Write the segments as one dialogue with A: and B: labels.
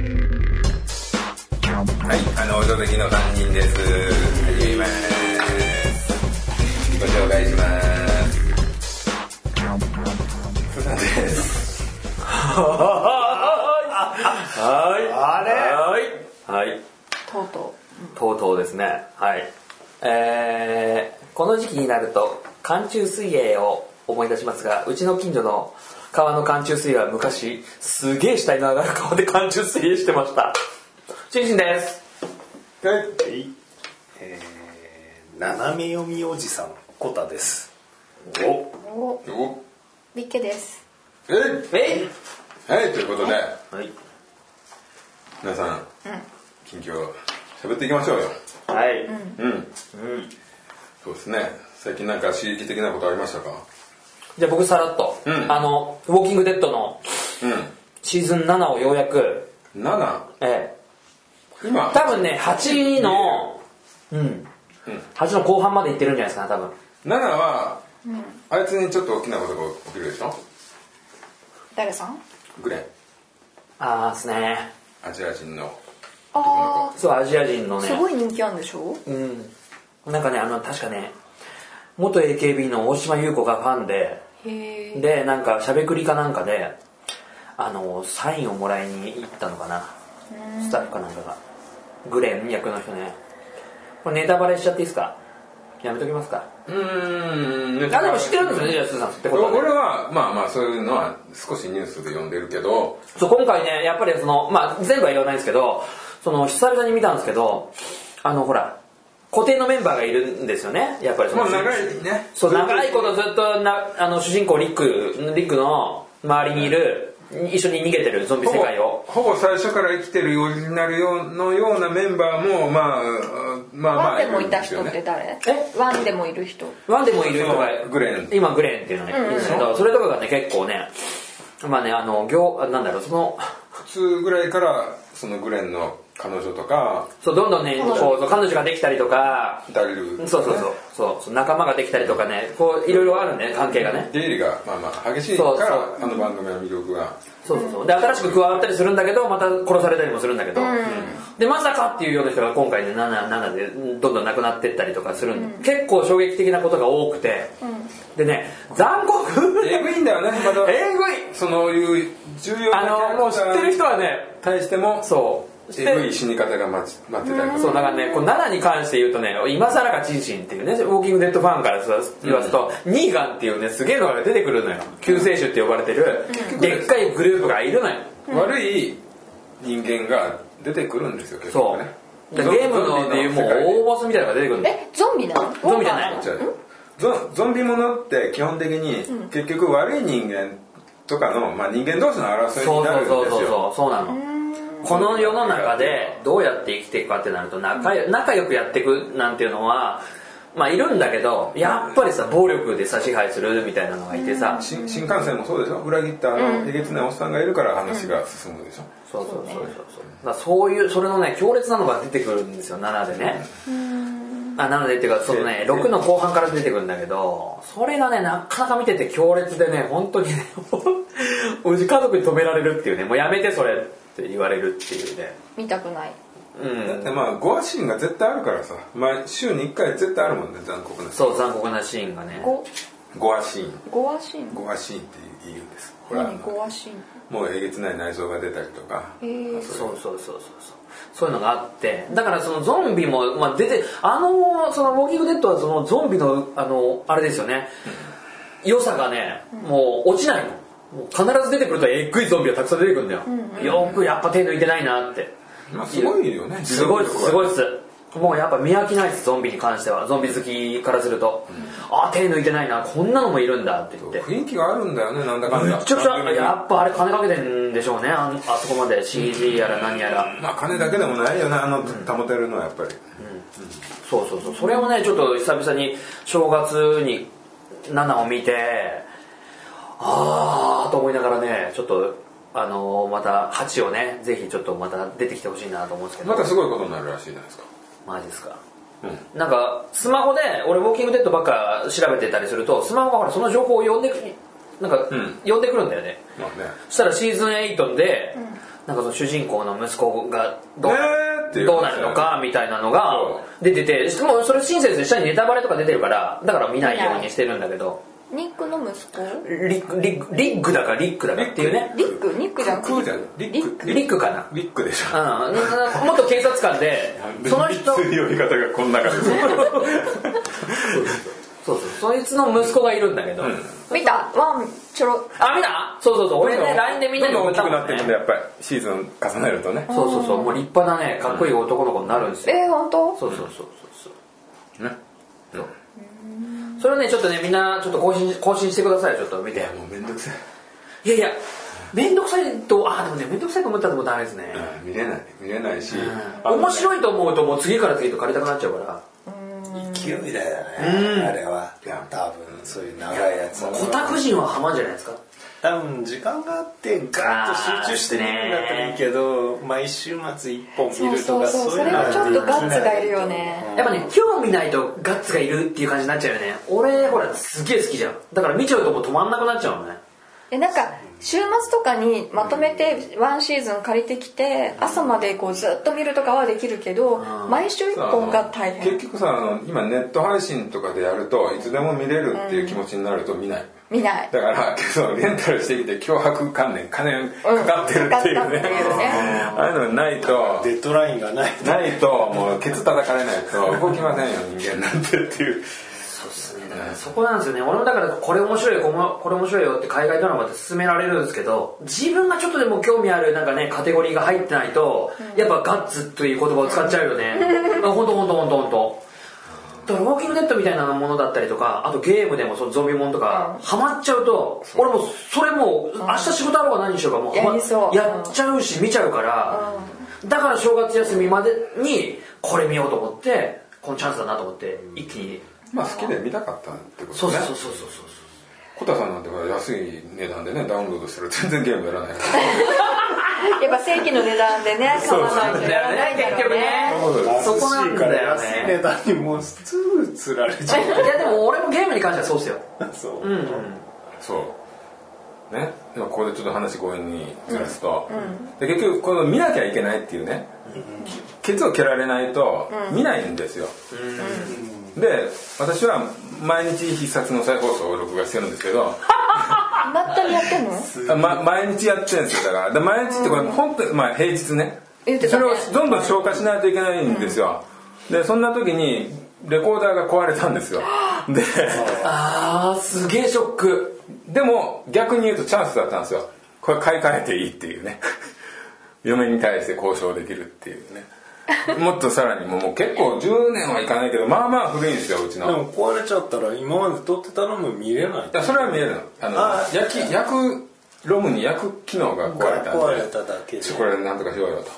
A: はい、あの、お届きの3人です。始めます。ご紹介します。ふなです。
B: はい。
C: あれ
B: はい。はい。
D: とうと
B: とうとうですね。はい。えー、この時期になると、寒中水泳を思い出しますが、うちの近所の川の寒中水泳は昔、すげえ下に流れる川で寒中水泳してました。ちんちんです。
C: はいえー、斜め読みおじさんコタです
B: お
D: うお
A: お
D: リケです
A: えい
B: えい
A: はい、ということで、
B: はい。
A: 皆さん、近況、喋っていきましょうよ。
B: はい。
A: うん。そうですね。最近なんか刺激的なことありましたか
B: じゃあ僕さらっと、
A: うん
B: あの、ウォーキングデッドの
A: う
B: シーズン7をようやく、
A: ん。7、
B: え
A: 今
B: ー、、多分ね、8の、うん、8の後半まで行ってるんじゃないですかね、多分。
A: 7は、あいつにちょっと大きなことが起きるでしょ
D: 誰さん
A: グレン、
B: あーっすね。
A: アジア人の。
D: あ
B: そう、アジア人の
D: あ
B: ね。
D: すごい人気あるんでしょ
B: うん。なんかね、あの、確かね、元 AKB の大島優子がファンで、
D: へえ
B: で、なんか、しゃべくりかなんかで、あの、サインをもらいに行ったのかな。スタッフかなんかが。グレン役の人ね。これネタバレしちゃっていいですかやめときますか。
A: うーん。
B: あ、でも知ってるんですよね、ジャスーさんってことはね、
A: 俺はまあまあそういうのは少しニュースで読んでるけど
B: そう今回ねやっぱりそのまあ全部は言わないんですけどその久々に見たんですけどあのほら固定のメンバーがいるんですよねやっぱりその、
A: まあ長いね
B: そう長いことずっとなあの主人公リックリックの周りにいる、一緒に逃げてるゾンビ
A: ほ
B: 世
A: ぼ
B: 界を
A: ほぼ最初から生きてるようになるようのようなメンバーもまあまあまあ
D: ワンでもいた人っ
A: るん
D: て
A: ですよね
D: 誰
B: え
D: ワンでもいる人
B: ワンでもいる人が
A: そうグレン
B: 今グレンっていうのがいるんですけど、それとかがね結構ねまあねあの行あなんだろうその
A: 普通ぐらいからそのグレンの彼女とか
B: そうどんどんねこうそう彼女ができたりとか
A: ダリル
B: そうそうそうそうそう仲間ができたりとかねこういろいろあるんだよね関係がね
A: 出入りがまあまあ激しいか
B: そう
A: ら
B: そ
A: あの番組の魅力が
B: そうそうそうで新しく加わったりするんだけどまた殺されたりもするんだけど、でまさかっていうような人が今回で 7, 7でうんどんどん亡くなってったりとかするんで、結構衝撃的なことが多くて、でね残酷
A: えぐいんだよねまた
B: えぐい
A: そういう重要
B: あ
A: な
B: のもう知ってる人はね
A: 対しても
B: そう知って
A: えぐい死に方が待ち待ってたりとか
B: そうだからねこう7に関して言うとね今更かチンチンっていうねウォーキングデッドファンから言わすと、ニーガンっていうねすげえのが出てくるのよ救世主って呼ばれてる、でっかいグループがいるのよ、
A: 悪い人間が出てくるんですよ結
B: そ
A: 局
B: う
A: ね
B: だからゲームのでいうもう大ボスみたいなのが出てくるの
D: えゾンビなの
B: ゾンビじゃない
D: ウォーカー
A: じゃあゾゾンビものって基本的に結局悪い人間とかの、まあ、人間同士の争い
B: そ
A: に
B: う
A: な
B: そ
A: る
B: うんそう
A: です
B: そう
A: よ
B: そうそうなのこの世の中でどうやって生きていくかってなると仲よ仲良くやっていくなんていうのはまあいるんだけどやっぱりさ暴力でさ支配するみたいなのがいてさそ
A: 新
B: う
A: 新幹線もそうでしょ裏切ったあのえげつないおっさんがいるから話が進むでしょ、
B: そうそうそうそうだからそういうそれのね強烈なのが出てくるんですよ7でねあ7でっていうかその
A: で
B: ね6の後半から出てくるんだけどそれがねなかなか見てて強烈でね本当にね おじ家族に止められるっていうねもうやめてそれって言われるっていうね
D: 見たくない
B: うん
A: だってまあゴアシーンが絶対あるからさ、まあ、週に1回絶対あるもんね残酷な
B: そう残酷なシーンがね
D: ゴ
A: ゴアシーン
D: ゴアシーン
A: ゴアシーンって言うんですこれはあ
D: 何ゴ
A: の
D: アシーン
A: もうえげつない内臓が出たりとか、
D: へー
B: そうそうそうそうそうそういうのがあってだからそのゾンビも、まあ、出てあのそのウォーキングデッドはそのゾンビのあのあれですよね良さがねもう落ちないのもう必ず出てくるとえっぐいゾンビがたくさん出てくるんだよ、よくやっぱ手抜いてないなって
A: まあ、すごいよね
B: すごいっすすご
A: い
B: いっすもうやっぱ見飽きないですゾンビに関してはゾンビ好きからすると、ああ手抜いてないなこんなのもいるんだって言って
A: 雰囲気があるんだよねなんだかんだ
B: めちゃくちゃやっぱあれ金かけてんでしょうねあのあそこまで CG やら何やら
A: まあ金だけでもないよなあの保てるのはやっぱり、
B: そうそうそうそれをねちょっと久々に正月に7を見てああと思いながらねちょっとあのーまた8をねぜひちょっとまた出てきてほしいなと思うんですけど
A: またすごいことになるらしいじゃないですか
B: マジですかなんかスマホで俺ウォーキングデッドばっか調べてたりするとスマホがほらその情報を呼んでくなんか、
A: うん
B: 呼んでくるんだよね
A: まあね
B: そしたらシーズン8で、なんかその主人公の息子がどう,、
A: えーっていう
B: どうなるのかみたいなのが
A: そ
B: 出ててもうそれ親切に下にネタバレとか出てるからだから見ないようにしてるんだけど
D: ニックの息子
B: リックリックリッグだかリックだかっていうね
D: リックニックじゃん
A: クーじゃんリック
B: リックかな
A: リックでし
B: うん
A: ょ
B: ななな元警察官で そ の人
C: 普通に呼び方がこんな感じです
B: そうそうそいつの息子がいるんだけど、
D: 見たワンちょろ
B: あ見たそうそうそう俺ね LINE でみんなに
A: どんどん
B: 送っ
A: 大
B: た
A: きく
B: もんね
A: なっていくん でやっぱりシーズン重ねるとね
B: そうそうそうもう立派なねかっこいい男の子になるんですよ、
D: えー、本当
B: そうそうそうそう
A: ね
B: そうそれをねちょっとねみんなちょっと更新更新してくださいちょっと見て
A: もうめんどくさい
B: いやいや面倒くさいとあーでもね面倒くさいと思ったらもうダメですね、
A: うん見れない見れないし
B: うん面白いと思うともう次から次へと借りたくなっちゃうから
C: 勢いだよねあれは多分そういう長いやつは
B: オタク人はハマんじゃないですか
C: 多分時間があってガーッと集中して見るんだったらいいけど毎週末一本見るとか
D: そうそうそう
C: そういうのは
D: それはちょっとガッツがいるよね
B: やっぱね興味ないとガッツがいるっていう感じになっちゃうよね俺ほらすげえ好きじゃんだから見ちゃうともう止まんなくなっちゃうのね
D: えなんか週末とかにまとめてワンシーズン借りてきて朝までこうずっと見るとかはできるけど毎週一本が大変
A: 結局さあの今ネット配信とかでやるといつでも見れるっていう気持ちになると見ない、
D: 見ない
A: だからそのレンタルしてきて脅迫観念金かかってるっていうね,、
D: うんかかったっていうね
A: ああいうのないと
C: デッドラインがない
A: ないともうケツ叩かれないと動きませんよ人間なんてっていう
B: そうっすねだからそこなんですよね俺もだからこれ面白いこのこれ面白いよって海外ドラマで勧められるんですけど自分がちょっとでも興味あるなんかねカテゴリーが入ってないと、やっぱガッツという言葉を使っちゃうよ ね本当本当本当本当だからウォーキングデッドみたいなものだったりとかあとゲームでもそのゾンビものとか、ハマっちゃうと俺もうそれもう明日仕事あろうが何にしようかもう
D: やりそう
B: やっちゃうし見ちゃうから、だから正月休みまでにこれ見ようと思ってこのチャンスだなと思って一気に
A: まあ好きで見たかったってこと
B: そう
A: ね
B: そうそうそうそうそう
A: 小田さんなんてほら安い値段でねダウンロードしたら全然ゲームやらないから
D: やっぱ正規の値段でね買わないとやらないんだろうね
B: そこなんだよね
C: 安い値段にもうすぐ釣られちゃう
B: いやでも俺もゲームに関してはそうっすよ
C: そう、
B: うんうん
A: そうねでもここでちょっと話強引にずらすと、で結局この見なきゃいけないっていうね、ケツを蹴られないと見ないんですよ、で私は毎日必殺の再放送を録画してるんですけど、
D: まったりやってんの
A: ま、毎日やってるんですよだからで毎日ってこれ本当にまあ平日ね
D: 言ってた
A: そ
D: ね
A: れをどんどん消化しないといけないんですよ、でそんな時にレコーダーが壊れたんですよで
B: あーすげえショック
A: でも逆に言うとチャンスだったんですよこれ買い替えていいっていうね 嫁に対して交渉できるっていうねもっとさらにもうもう結構10年はいかないけどまあまあ古いんですようち
C: で
A: の
C: も壊れちゃったら今まで取ってたのも見れない
A: いやそれは見えるのあの
C: あ
A: 焼き焼くロムに焼く機能が壊れたんで
C: 壊れただけで
A: ちょこれなんとかしようよと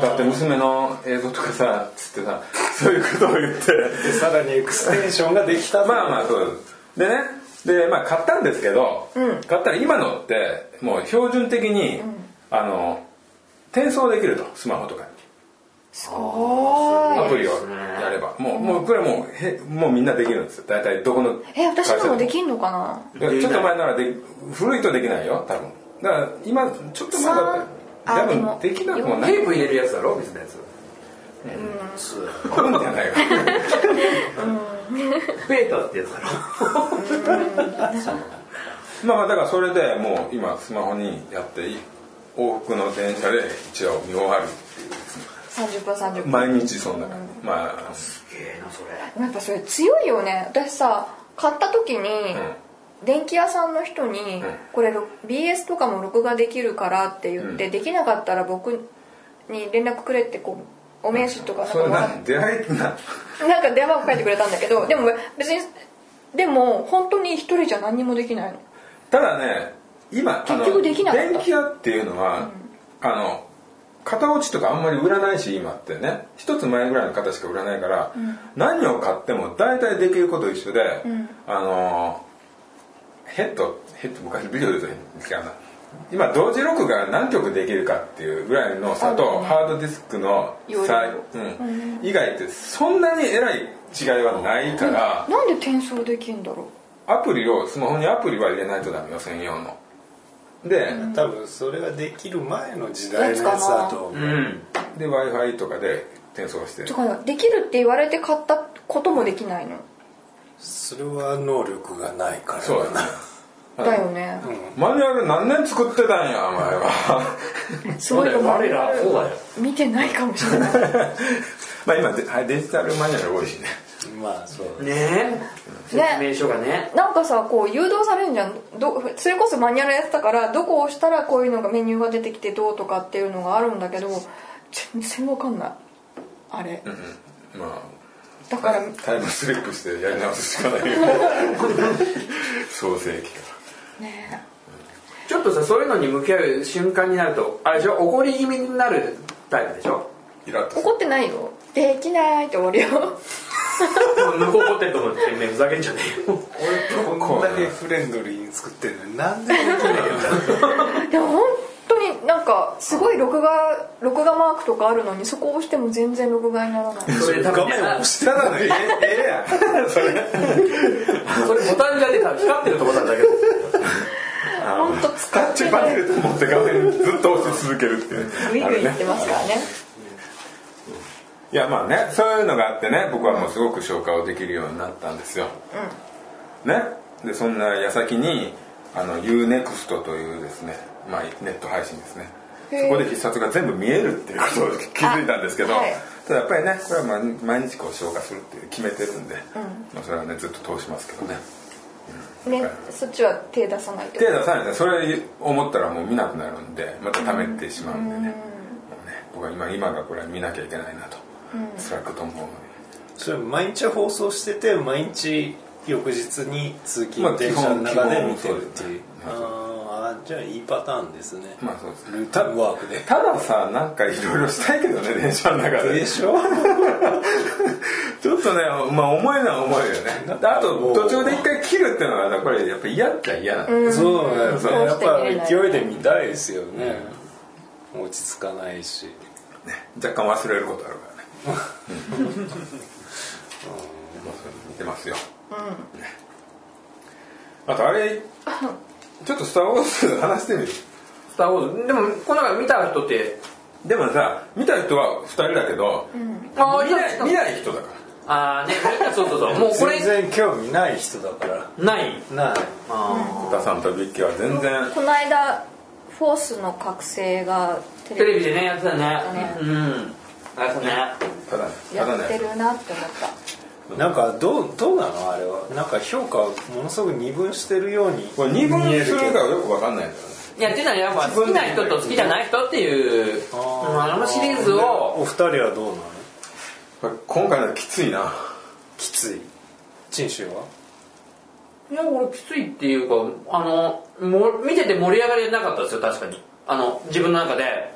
A: だって娘の映像とかさつってさそういうことを言って
C: でさらにエクステンションができた
A: まあまあそうですでねでまあ買ったんですけど、買ったら今のってもう標準的に、あの転送できるとスマホとかに
D: おー
A: アプリを
B: ね
A: やればもうもうこれはもうへもうみんなできるんですよ大体どこの
D: え私のもで
A: き
D: きんのかな
A: ちょっと前ならで古いとできないよ多分だから今ちょっと前だったら
D: さあ
A: 多
D: でも
A: 分できなくも
B: テ
A: ない
B: ープ入れるやつだろ水のやつ
A: こんじゃないよ
B: ベータってやつだろ
A: まあまあだからそれでもう今スマホにやって往復の電車で一応見終わる
D: 30分30分
A: 毎日そんな感じまあ
B: すげえなそれ
D: やっぱそれ強いよね私さ買った時に、電気屋さんの人に、これろ BS とかも録画できるからって言って、できなかったら僕に連絡くれってこうお名刺とかなん
A: それ
D: か
A: な出会いな
D: なんか電話を書いてくれたんだけどでも別にでも本当に一人じゃ何にもできないの
A: ただね今あの
D: 結局できなかった
A: 電気屋っていうのは、あの型落ちとかあんまり売らないし今ってね一つ前ぐらいの型しか売らないから、何を買っても大体できること一緒で、あのヘッドヘッド昔ビデオで言うとあの今同時録画何曲できるかっていうぐらいの差とハードディスクの差、うん、以外ってそんなにえらい違いはないから
D: なんで転送できんだろう
A: アプリをスマホにアプリは入れないとダメよ専用ので
C: 多分それができる前の時代のやつだと思う、
B: うん
A: で w i f i とかで転送して
D: だからできるって言われて買ったこともできないの
C: それは能力がないから
A: そうだね
D: だよね
A: マニュアル何年作ってたんやお前は
D: す
B: そう
D: ご
B: だ
D: いと
B: よ
D: 思う
B: 我らそうだよ
D: 見てないかもしれない
A: まあ今デはいデジタルマニュアル多いしね
C: まあそう
B: ねえ説明書がね
D: なんかさこう誘導されんじゃんどそれこそマニュアルやってたからどこを押したらこういうのがメニューが出てきてどうとかっていうのがあるんだけど全然わかんないあれ
A: ま
D: だから
A: あタイムスリップしてやり直すしか ないよ創世記か
D: ね
B: ちょっとさそういうのに向き合う瞬間になるとあれでしょ怒り気味になるタイプでしょ
A: らイラッとする
D: 怒ってないよできないって終わるよ
B: 向こう怒ってんと思ってめふざけんじゃねえよ
C: 俺こんだけフレンドリーに作ってんのになんでできないんだ
D: でも本当になんかすごい録画録画マークとかあるのにそこを押しても全然録画にならない
B: それ多分
C: 画
B: ね
C: 面
B: あ
C: 押したらねえええやん
B: それボタンじゃねえから光ってるとこなんだけど
D: 本当
A: タ
D: 使
A: ッ
D: って
A: チ
D: な
A: パ
D: い
A: ネルと思って画面ずっと押し続けるっていう
D: グイ
A: あ
D: グ
A: れ
D: イいって
A: ね
D: ますからね
A: いやまあねそういうのがあってね僕はもうすごく消化をできるようになったんですよ、ねでそんな矢先にあの UNEXT というですね、まあ、ネット配信ですね
D: へー
A: そこで必殺が全部見えるっていうことを気づいたんですけど、
D: あはい
A: ただやっぱりねこれはまあ毎日こう消化するっていう決めてるんで、まあ、それはねずっと通しますけどね
D: ねそっちは手出さないと
A: 手出さないでそれ思ったらもう見なくなるんでまた溜めてしまうんでね,、もうね僕は今今がこれは見なきゃいけないなと、辛くと思うので
C: それ毎日放送してて毎日翌日に通
A: まあ
C: 勤電車の中で見てるっ
A: 基本そうです
C: ていう
A: ね
C: あーあーじゃあいいパターンですね
A: まあそうです
C: ルータンワークで
A: たださなんかいろいろしたいけどね電車の中で
C: でしょ
A: ちょっとねまあ重いのは重いよねあと途中で一回切るっていうのはねこれやっぱ嫌っちゃ嫌なんで
C: そうだよ
D: そう
C: ねやっぱ
D: してみ
C: 勢
D: れ
C: い
D: ない
C: で見たいですよね落ち着かないし
A: 若干忘れることあるからねうんまあそれ見てますよ、ねあとあれちょっと「スター・ウォーズ」話してみる
B: スター・ウォーズでもこの中見た人って
A: でもさ見た人は2人だけど、
B: あ
A: 見ない見ない人だから
B: あーねみんなそうそうそうもうこれ
C: 全然興味ない人だから
B: ない
C: ない
B: あ
A: お母さんとビッキーは全然
D: この間フォースの覚醒が
B: ー
D: テ
B: テレ
D: レ
B: ビでねやってたね
D: ね
B: うんやってたね
A: ただねた
D: ビや
A: だ
D: って
A: ね
D: るなって思った
C: なんかどうどうなのあれはなんか評価をものすごく二分してるように
A: これ二分
C: 見え
A: す
C: け
A: る
C: ど
A: かよくわかんないんだよね
B: いやっていうのはやっぱ好きな人と好きじゃない人っていううんあのシリーズを
C: お二人はどうなの
A: これ今回のきついな
C: きつい陳州はい
B: や俺きついっていうかあのも見てて盛り上がりなかったですよ確かにあの自分の中で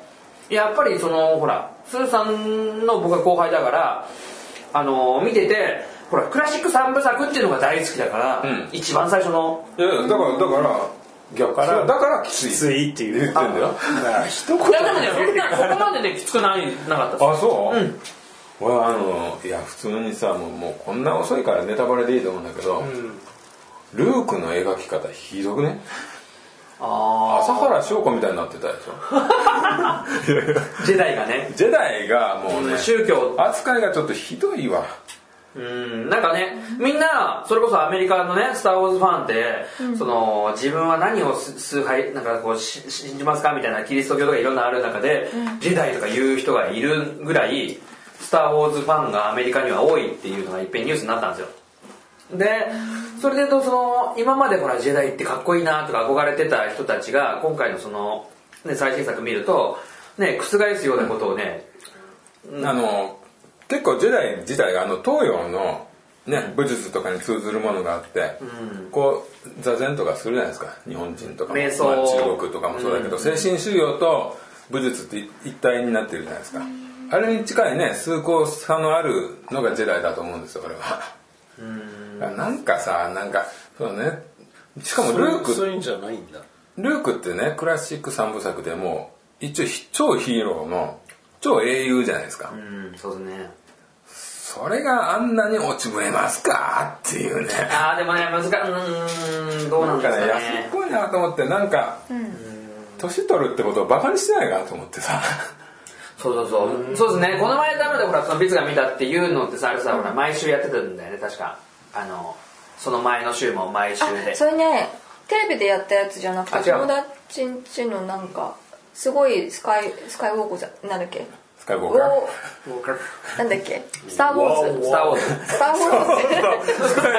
B: やっぱりそのほらスーさんの僕は後輩だからあの見ててほらクラシック三部作っていうのが大好きだから、
A: うん
B: 一番最初の
A: いやだからだから逆
C: から
A: だからきつい
C: きついっていう
A: 言ってんだよ
C: だから一言
B: いやでもねそんなそこまでねきつくないなかったです
A: あそう、
B: うん
A: 俺あのいや普通にさもうもうこんな遅いからネタバレでいいと思うんだけど、ルークの描き方ひどくね
B: あ
A: 朝原翔子みたいになってたでし
B: あ時代がね
A: ょジェダイがもうね
B: 宗教
A: 扱いがちょっとひどいわ
B: うんなんかねみんなそれこそアメリカのね「スター・ウォーズ」ファンって、その自分は何をす崇拝なんかこうし信じますかみたいなキリスト教とかいろんなある中で、ジェダイとかいう人がいるぐらい「スター・ウォーズ」ファンがアメリカには多いっていうのがいっぺんニュースになったんですよでそれで言うとその今までほらジェダイってかっこいいなとか憧れてた人たちが今回のその、ね、最新作見ると、ね、覆すようなことをね、
A: あの結構ジェダイ自体があの東洋の、ね、武術とかに通ずるものがあって、こう座禅とかするじゃないですか日本人とかも、
B: 瞑想
A: まあ中国とかもそうだけど、精神修行と武術って一体になってるじゃないですか、あれに近いね崇高さのあるのがジェダイだと思うんですよ俺は。 なんかさなんかそうねしかもルーク
C: そういうんじゃないんだ
A: ルークってねクラシック三部作でも一応ひ超ヒーローの超英雄じゃないですか、
B: うんそうですね
A: それがあんなに落ちぶれますかっていうね
B: ああでもね難しいうーんどう
A: な
B: な
A: ん
B: んで
A: か
B: す
A: ね
B: か
A: 安っ
B: ね
A: ぽいなと思ってなんか年取るってことをバカにしてないかと思って さ
B: そうそうそうそうですねこの前ダメでほらそのビツが見たっていうのってさあれさほら毎週やってたんだよね確かあのその前の週も毎週
D: あ
B: で
D: それねテレビでやったやつじゃなく
B: あ違
D: て
B: う
D: 友達んちのなんかすごいスカイスカイウォークじゃなんだっけ
A: スカイウォ
D: ウ
A: ーカー
D: ォーなんだっけスター・ウォーズ
B: スター・ウォーズ
D: スター・ウォー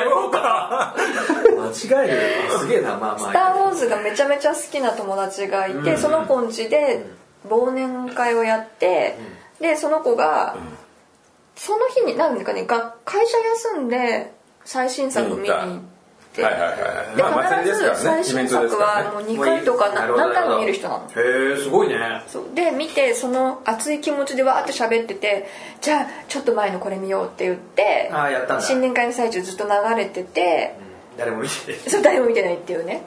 D: ズ
B: 間違えるすげえなまあまあ
D: スター・ウォーズがめちゃめちゃ好きな友達がいて、その子ん家で忘年会をやって、でその子が、その日に何ですかねが会社休んで最新作見に行って、
A: はいはいはい
D: で
A: まあ祭り
D: 必
A: ですか
D: ず
A: らね
D: 最
A: イベン
D: 新
A: トです
D: 作
A: か
D: は
A: ら
D: もう
A: ね
D: 2回とかな
B: もういい
D: 何回も見る人なの
B: へえすごいね
D: そうで見てその熱い気持ちでわーって喋っててじゃあちょっと前のこれ見ようって言って
B: あーやったんだ
D: 新年会の最中ずっと流れてて、
B: 誰も見てない
D: そう誰も見てないっていうね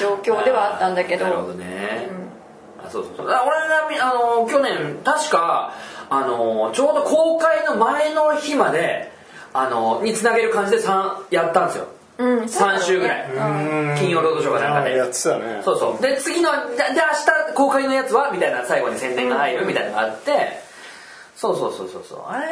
D: 状況ではあったんだけど
B: なるほどね、あそうそうそうあ俺がみあの去年確かあのちょうど公開の前の日まであのにつなげる感じで三やったんですよ
D: うん、
B: 3週ぐらい、金曜ロードショーかなんか
C: あ
B: で、
C: やってたね
B: そうそうで次のでで明日公開のやつはみたいな最後に宣伝が入るみたいなのがあって、そうそうそうそうそうあれ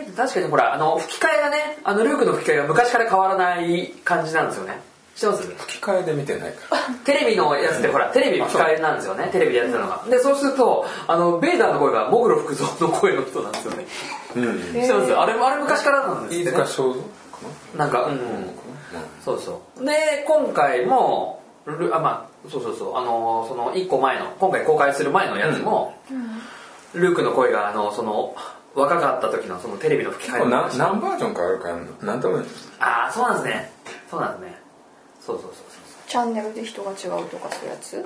B: 見て確かにほらあの吹き替えがねあのルークの吹き替えが昔から変わらない感じなんですよね知ってます
A: 吹き替えで見てないから
B: テレビのやつってほらテレビ吹き替えなんですよねテレビでやってたのがでそうするとあのベイダーの声がモグロ福蔵の声の人なんですよね
A: うん
B: 知ってますあれあれ昔からなんです
A: 飯
B: よね
A: 塚正蔵
B: なんかうん、そうそうで今回もルあまあそうそうそうあのその1個前の今回公開する前のやつも、ルークの声があのその若かった時のそのテレビの吹き替えの
A: な何バージョンかあるからなんとも
B: ああそうなんですねそうなんですねそうそうそうそ
D: チャンネルで人が違うとかそういうやつ、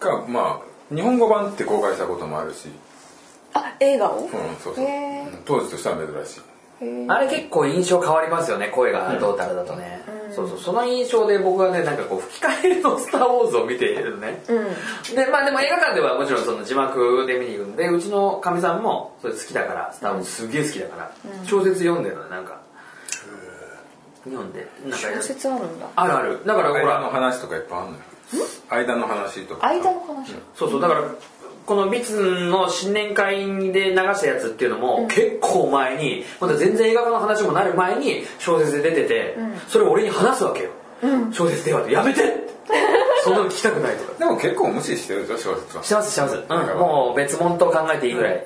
A: かまあ日本語版って公開したこともあるし
D: あ映画を、
A: うんそうそう
D: へー
A: 当時としては珍しいう
B: あれ結構印象変わりますよね声がどうたらだとね、そうそうその印象で僕はねなんかこう吹き替えの「スター・ウォーズ」を見てるね、
D: うん
B: でまあでも映画館ではもちろんその字幕で見に行くんでうちのかみさんもそれ好きだからスター・ウォーズすげえ好きだから、小説読んでるのなんか読んでなんか
D: 小説あるんだ
B: あるあるだからほ
A: 間の
B: ら
A: 話とかいっぱいあるのよ間の話とか
D: 間の話、
B: そうそうだからこのビツの新年会で流したやつっていうのも結構前にまだ全然映画化の話もなる前に小説で出てて、それを俺に話すわけよ、小説ではってやめてって そんなの聞きたくないとか
A: でも結構無視してるでしょ小説は
B: してますしてます、うん、もう別物と考えていいぐらい、うん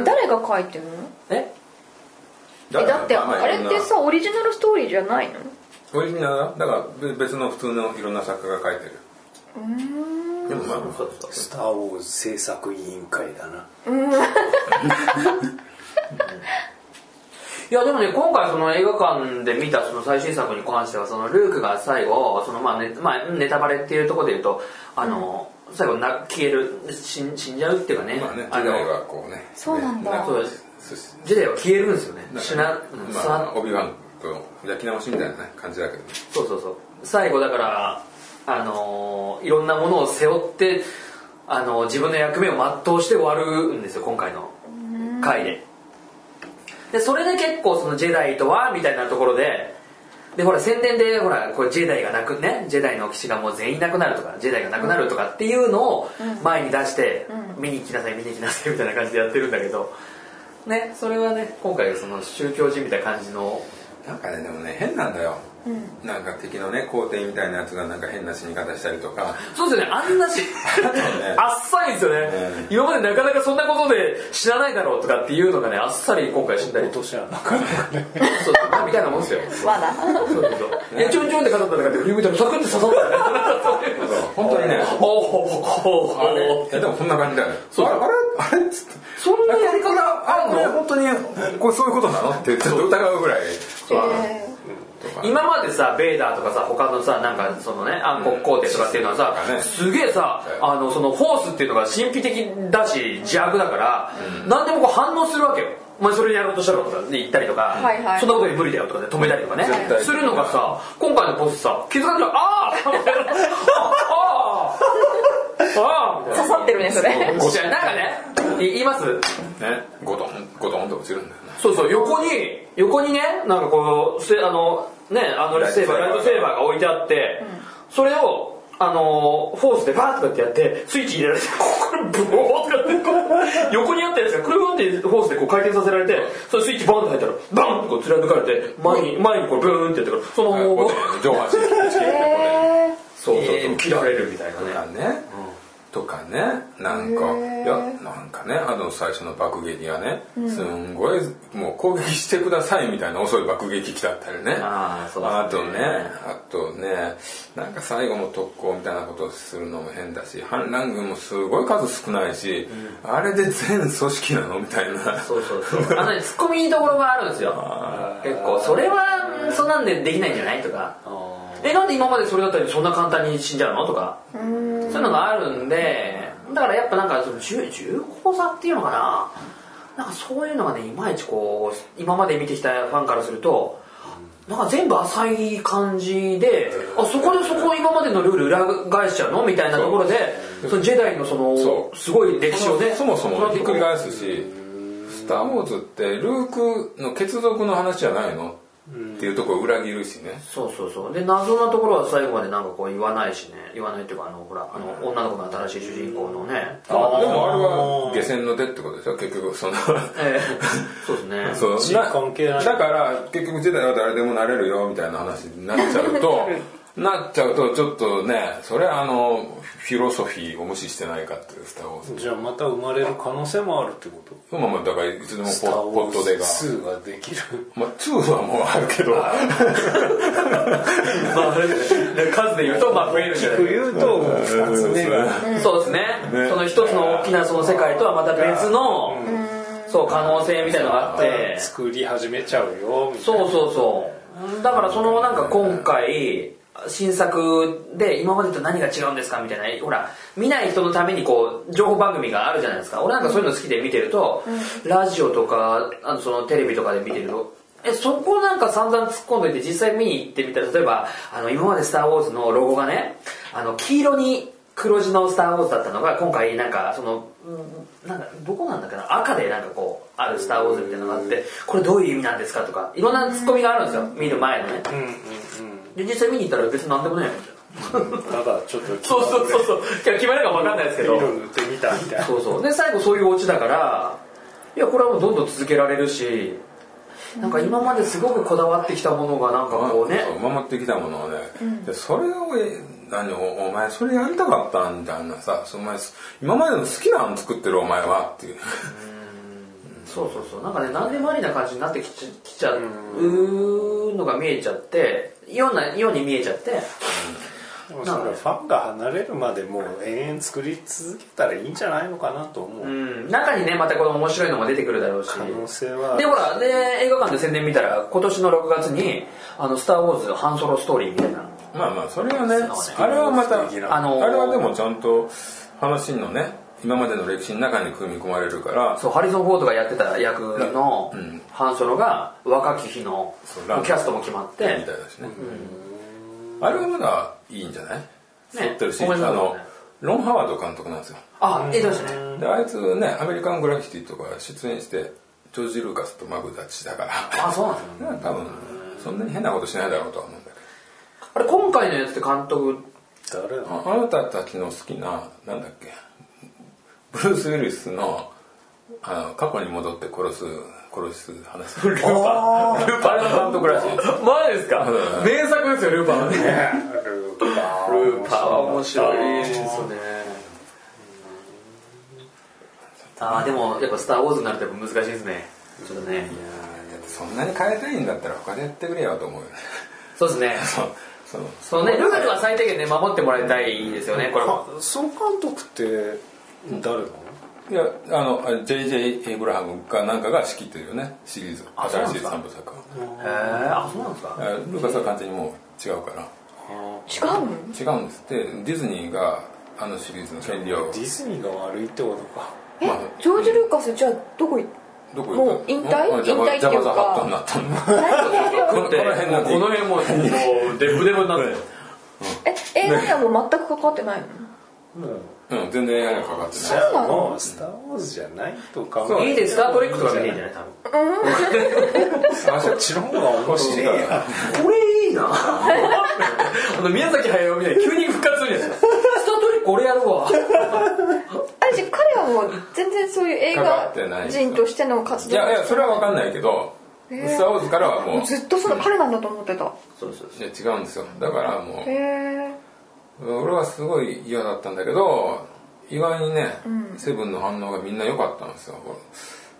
D: え誰が書いてるの
B: え
D: えだって
A: まま
D: あれっ
A: いろん
D: て
A: な
D: さオリジナルストーリーじゃないの
A: オリジナルだだからべ別の普通のいろんな作家が書いてるでもまあ
B: そうそう
C: スター・ウォーズ制作委員会だな
B: いやでもね今回その映画館で見たその最新作に関してはそのルークが最後そのまあネ,、まあ、ネタバレっていうところで言うとあの、最後な消える死ん死んじゃうっていうかね,、
A: まあね
B: あ
A: 時代
B: の
A: がこうね
D: そうなんだ
A: ね
B: そうです時代は消えるんですよね死な、うん
A: まあ
B: さ
A: 帯番と焼き直しみたいなね感じだけどね
B: そうそうそう最後だからあのいろんなものを背負ってあの自分の役目を全うして終わるんですよ今回の回ででそれで結構そのジェダイとはみたいなところででほら宣伝でほらこうジェダイがなくねジェダイの騎士がもう全員なくなるとかジェダイがなくなるとかっていうのを前に出して、見に来なさい見に来なさいみたいな感じでやってるんだけどねそれはね今回その宗教じみた感じの
A: なんかねでもね変なんだよなんか敵のね皇帝みたいなやつがなんか変な死に方したりとか
B: そうですよね、あんなし、 あっさりですよね、
A: ね
B: 今までなかなかそんなことで知らないだろうとかっていうのがね、あっさり今回死んだりと。
C: 年はなかなかね
B: そうそう、みたいなもんですよ。
D: わだ
B: そうそうそう。いや、ちょんちょんって語ったんだから、振り向いたら、サクッて刺さったんだ
A: 本当にね
B: おおお
A: あれ
B: お
A: いやでもそんな感じだよね
B: そう
A: あれあれあれっつって
B: そんなやり方
A: あ
B: あ
A: これ
B: るの
A: 本当にこれそういうことなのってちょっと疑うぐらいは
D: え
B: 今までさベーダーとかさ他のさなんかそのね暗黒皇帝とかっていうのはさ、
A: うん
B: すげえさ
A: うん
B: あのそのフォースっていうのが神秘的だし邪悪だから、何でもこう反応するわけよお前それやろうとしたろとかで言ったりとか、
D: はいはい
B: そんなことより無理だよとかで止めたりとかね
A: 絶対
B: するのがさ今回のボスさ気づかれたらあーあーあああみたいな
D: 刺さってるねそれ
B: じゃあなんかねい言います
A: ねゴトンゴトンと落ちるんだよね
B: そうそう横に横にねなんかこうせあのねあのライトセーバー
A: ライ
B: ライ
A: ト
B: ト
A: セ
B: セ
A: ーバー
B: ーバーが置いてあって、それをあのフォースでバーッとかってやってスイッチ入れられて ここブオーッとかってこう横にあったやつがくるんってフォースでこう回転させられてそれスイッチバンって入ったらバンってこう貫かれて前に前にこうブーンってやってからそのまま
A: ゴ
B: こ
A: ト
B: う
A: ン上半身突き
D: へえ
B: そうそうそう、
A: えー
B: 切られるみたいな
A: とか
B: ね
A: ね、とかねなんかいやなんかねあの最初の爆撃がね、すんごいもう攻撃してくださいみたいな遅い爆撃機だったりね
B: あーそう
A: あ
B: です
A: と
B: ね
A: ねあとねなんか最後も特攻みたいなことをするのも変だし反乱軍もすごい数少ないし、あれで全組織なのみたいな
B: そうそうそうあのねツッコミどころがあるんですよ結構それはうんそんなんでできないんじゃないとかえなんで今までそれだったのにそんな簡単に死んじゃうのとかそういうのがあるんでだからやっぱなんかその重重厚さっていうのかななんかそういうのがねいまいちこう今まで見てきたファンからするとなんか全部浅い感じであそこでそこ今までのルール裏返しちゃうのみたいなところでそのジェダイのそ
A: そ
B: の
A: う
B: すごい歴史をね
A: そもそもひっくり返
B: 返
A: すし「スター・ウォーズ」ってルークの血族の話じゃないのっていうところを裏切るしね
B: そうそうそうで謎なところは最後までなんかこう言わないしね言わないっていうかあのほらあの女の子の新しい主人公のね
A: でもあれは下船の出ってことでしょ結局その
B: ええそうですね
A: そう
C: 地位関係ない
A: だから結局時代は誰でもなれるよみたいな話になっちゃう となっちゃうとちょっとねそれはあのフィロソフィーを無視してないかっていうスター・ウォーズ
C: じゃあまた生まれる可能性もあるってこと
A: そのままだからいつでも
C: スター・
A: ポ
C: ウォ
A: ポッ
C: ー
A: トでが
C: ズ2ができる
A: まあ2はもうあるけど
B: まあ数で言うとまあ増えるんじゃない
C: というと2つ目が
B: そうですねその一つの大きなその世界とはまた別のそう可能性みたいなのがあって
C: 作り始めちゃうよみたい
B: そうそうそうだからそのなんか今回新作で今までと何が違うんですかみたいなほら見ない人のためにこう情報番組があるじゃないですか俺なんかそういうの好きで見てると、ラジオとかあのそのテレビとかで見てるとえそこなんか散々突っ込んどいて実際見に行ってみたら例えばあの今まで「スター・ウォーズ」のロゴがねあの黄色に黒字の「スター・ウォーズ」だったのが今回なんかそのうんなんかどこなんだっけな赤でなんかこうある「スター・ウォーズ」みたいなのがあってこれどういう意味なんですかとかいろんなツッコミがあるんですよ見る前のね
C: なうんうん
B: で実際見に行ったら別に何でもねえみたいな
C: うんただちょっと
B: そうそうそうそういや決まりが分かんないですけど
C: 色塗ってみたみたいな
B: そうそうで最後そういうオチだからいやこれはもうどんどん続けられるしなんか今まですごくこだわってきたものがなんかこうね
A: そう守ってきたものをね、でそれをえ何おお前それやりたかったみたいなさそお前す今までの好きなの作ってるお前はっていう
B: そうそうそうなんかね何でもありな感じになってきちきちゃうのが見えちゃってようなように見えちゃって
C: でもそれはファンが離れるまでもう延々作り続けたらいいんじゃないのかなと思う、
B: うん中にねまたこの面白いのも出てくるだろうし
C: 可能性は
B: でほらで映画館で宣伝見たら今年の6月に「あのスター・ウォーズ半ソロストーリー」みたいな
A: まあまあそれはね
B: そうね
A: あれはまた
B: あ
A: あ
B: のー
A: れはでもちゃんと話のね今までの歴史の中に組み込まれるから
B: そうハリソン・フォードがやってた役の半ソロが若き日の
A: そう
B: もうキャストも決まっ
A: み
B: て
A: たいだしね、あれはまだいいんじゃない、作ってるし、
B: ごめんな
A: あ
B: さいね
A: のロン・ハワード監督なんですよ
B: あええですね
A: であいつねアメリカン・グラフィティとか出演してジョージ・ルーカスとマグダチだから
B: あそうなんですね
A: 多分そんなに変なことしないだろうとは思うんだけ
B: あれ今回のやつって監督
C: 誰だ
A: どあなたたちの好きななんだっけブルース・ウィリスのあの過去に戻って殺す殺す話ルーパールーパーの監督らしい
B: マジですか名作ですよルーパーはね
C: ルーパー
B: ルーパーは面白いですねあーでもやっぱ「スター・ウォーズ」になるとやっぱ難しいですねちょっとね
A: そんなに変えたいんだったら他でやってくれよと思うよね
B: そうですね
A: そうその
B: そのねルールは最低限ね守ってもらいたいですよねこれも
C: あ総監督って誰なの
A: いやあの JJ エイブラハムかなんかが仕切ってるよねシリーズ
B: あそうな
A: 新
B: ん
A: しい
B: ですか
A: 三部作は
B: へえあそうなんですか
A: だからルーカスは完全にもう違うから
D: 違うの
A: 違うんですってディズニーがあのシリーズの権利を
C: ディズニーが悪いってことか
D: えジョージ・ルーカスじゃあどこ行っ
A: どこ
D: もう引退
A: ジャ
D: 引退
A: バ
D: っ
A: ジ
D: て
A: ャ
D: い
A: バ
D: う
A: ザハットに
D: か
A: なったんだ
B: こ
A: この辺なんで
B: この辺もうもうデブデブになってる
D: え映画にはもう全く関わってないの
C: もう
A: うん全然 AI がかかって
C: じ
A: ない
C: ゃ
D: な
C: あ
D: の
C: もう「スター・ウォーズ」じゃないとか
A: そう
B: 家でスター・トレックとか見ていいんじゃない多
A: あ
C: こっちの方が面白いや
B: 分これいいな あの宮崎駿みたいに急に復活するじゃないですか スター・トレック俺やるわ
D: あれじゃあ彼はもう全然そういう映
A: かか
D: 画
A: ってない
D: 人としての活
A: い
D: 動
A: やいやそれは分かんないけど「
D: へー
A: スター・ウォーズ」からはもう
D: もうずっとその彼なんだと思ってた、
B: そうそう
A: いや違うんですよだからも
D: へえ
A: う俺はすごい嫌だったんだけど意外にね、セブンの反応がみんな良かったんですよ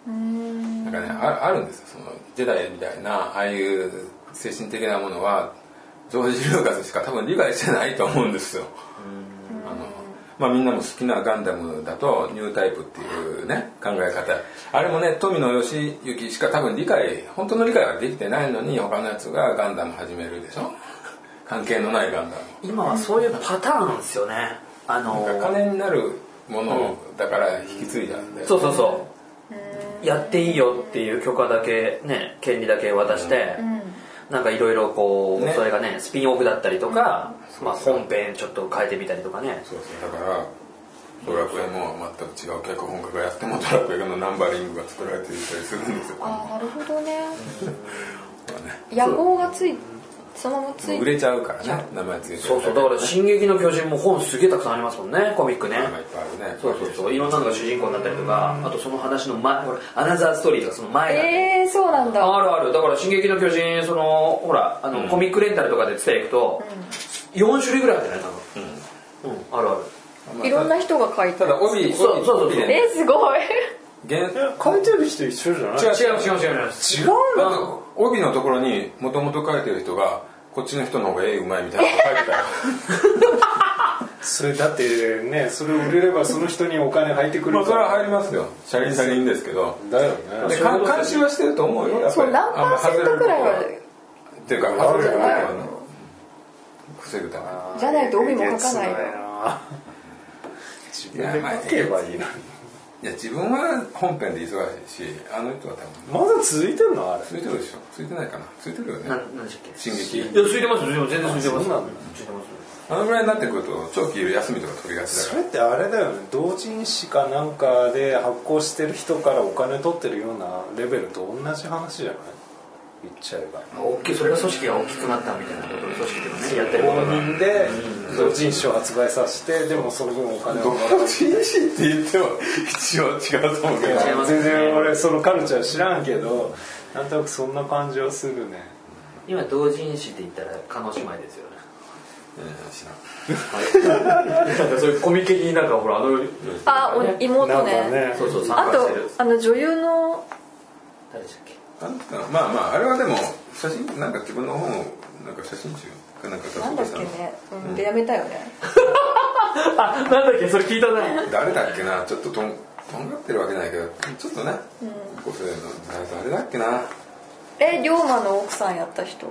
D: うん
A: なんかねああるんですよそのジェダイみたいなああいう精神的なものはジョージ・ルーカスしか多分理解してないと思うんですよあのまあみんなも好きなガンダムだとニュータイプっていうね考え方あれもね富野義行しか多分理解本当の理解はできてないのに他のやつがガンダム始めるでしょ関係のないガンダム
B: 今はそういうパターンなんですよねあの
A: なんか金になるものをだから引き継いだんで
B: そうそうそうやっていいよっていう許可だけね権利だけ渡して、なんかいろいろこう、
A: ね
B: それがねスピンオフだったりとか、まあ、本編ちょっと変えてみたりとかね
A: そうそうだからドラクエも全く違う脚本家がやってもドラクエのナンバリングが作られていたりするんですよ
D: ああなるほど ね野望がついそのままつい
A: 売れちゃうからね名前ついて
B: そうそうだから「進撃の巨人」も本すげえたくさんありますもんねコミックね
A: 名前いっぱいあるね
B: そうそうそういろんなのが主人公になったりとかあとその話の前ほらアナザーストーリーとかその前だったり
D: ええそうなんだ
B: あるあるだから「進撃の巨人」そのほらあの、コミックレンタルとかで伝え行くと、4種類ぐらいあるんじゃない多分うん、あるある
D: いろんな人が書いて
A: た
D: る
A: だ帯帯
B: そうそうそう
A: 帯で
D: えーすごい
A: 原違う
C: 書いてる人一緒じゃない
B: 違う違う違う違う
C: 違う
A: なんか帯のところにもともと書いてる人がこっちの人の方が絵うまいみたいなの書いてたよ
C: それだってねそれ売れればその人にお金入ってく
A: まあ
C: る
A: そ
C: か
A: れは
C: ら
A: 入りますよシャリンシャリンですけど
C: だよ
A: で
C: ね
A: か監修はしてると思うよやっぱり
D: そう何パーセントぐら
A: あ
D: い
A: んま外れる
D: は
A: とこっていうか外れるとこはね防ぐために
D: じゃないと帯も書かないよ
C: えげつな自分で書けばいいのに
A: いや自分は本編で忙しいしあの人は多分
C: まだ続いてんのあれ
A: ついてるでしょついてないかなついてるよね
B: ななんでしたっけ
A: 進撃
B: いやついてますよ全然ついてます
C: そうなんだ
B: ついてます
A: あのぐらいになってくると長期休みとか取りがちだ
C: そ
A: か
C: れってあれだよね同人誌かなんかで発行してる人からお金取ってるようなレベルと同じ話じゃない言っちゃえば
B: まあ大きいそれが組織が大きくなったみたいなことで組織でもねやってること
C: 公
B: が
C: 認で同人誌を発売させてでもその分お金
A: ら同
C: をもらう
A: 人誌って言っても一応違うと思うけど
B: 違いますね
C: 全然俺そのカルチャー知らんけどなんとなくそんな感じはするね
B: 今同人誌って言ったら叶姉妹ですよねなんかそういうコミケになんかほらあの
D: あお
C: な
D: 妹
C: んか
D: ね
C: ね
B: そうそう参
D: あ
B: 加してる
D: とあの女優の
B: 誰でしたっけ
A: あんたまあまああれはでも写真なんか自分の本をなんか写真集かなんか出
D: なん
A: し
D: だ
A: て
D: っけ
A: さ
D: ね、うん、でやめたよね
B: あなんだっけそれ聞いたね
A: 誰だっけなちょっととんとんがってるわけないけどちょっとね高校生の誰だっけな
D: え龍馬の奥さんやった人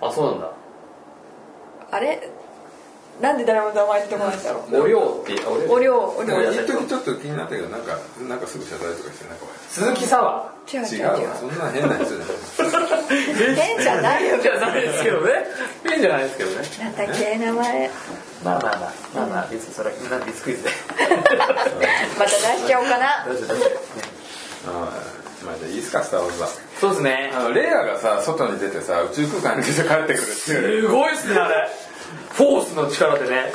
B: あそうなんだ
D: あれなんで誰も名前出てこないんだろう
B: おりょうっておりょう
D: おりょうおり
A: で
D: ょ
A: も
D: う
A: 一時ちょっと気になったけどなんかなんかすぐ謝罪とかしてなんか
B: 鈴木沙 和
D: 違う違
A: 違
D: う違
A: う
D: う
A: わそんな変なやつじゃない
D: 変じゃないよ
B: じゃないですけどね変じゃないですけどね
D: なんだっけ名前
B: まあまあまあまあまあ別にそれはなんでクイズ で
D: また出しちゃおうかな
A: あーまあじゃあいいっすかスター・ウォーズは
B: そうですね
A: あのレイヤがさ外に出てさ宇宙空間に出て帰ってくるっていう
B: すごいっすねあれフォースの力でね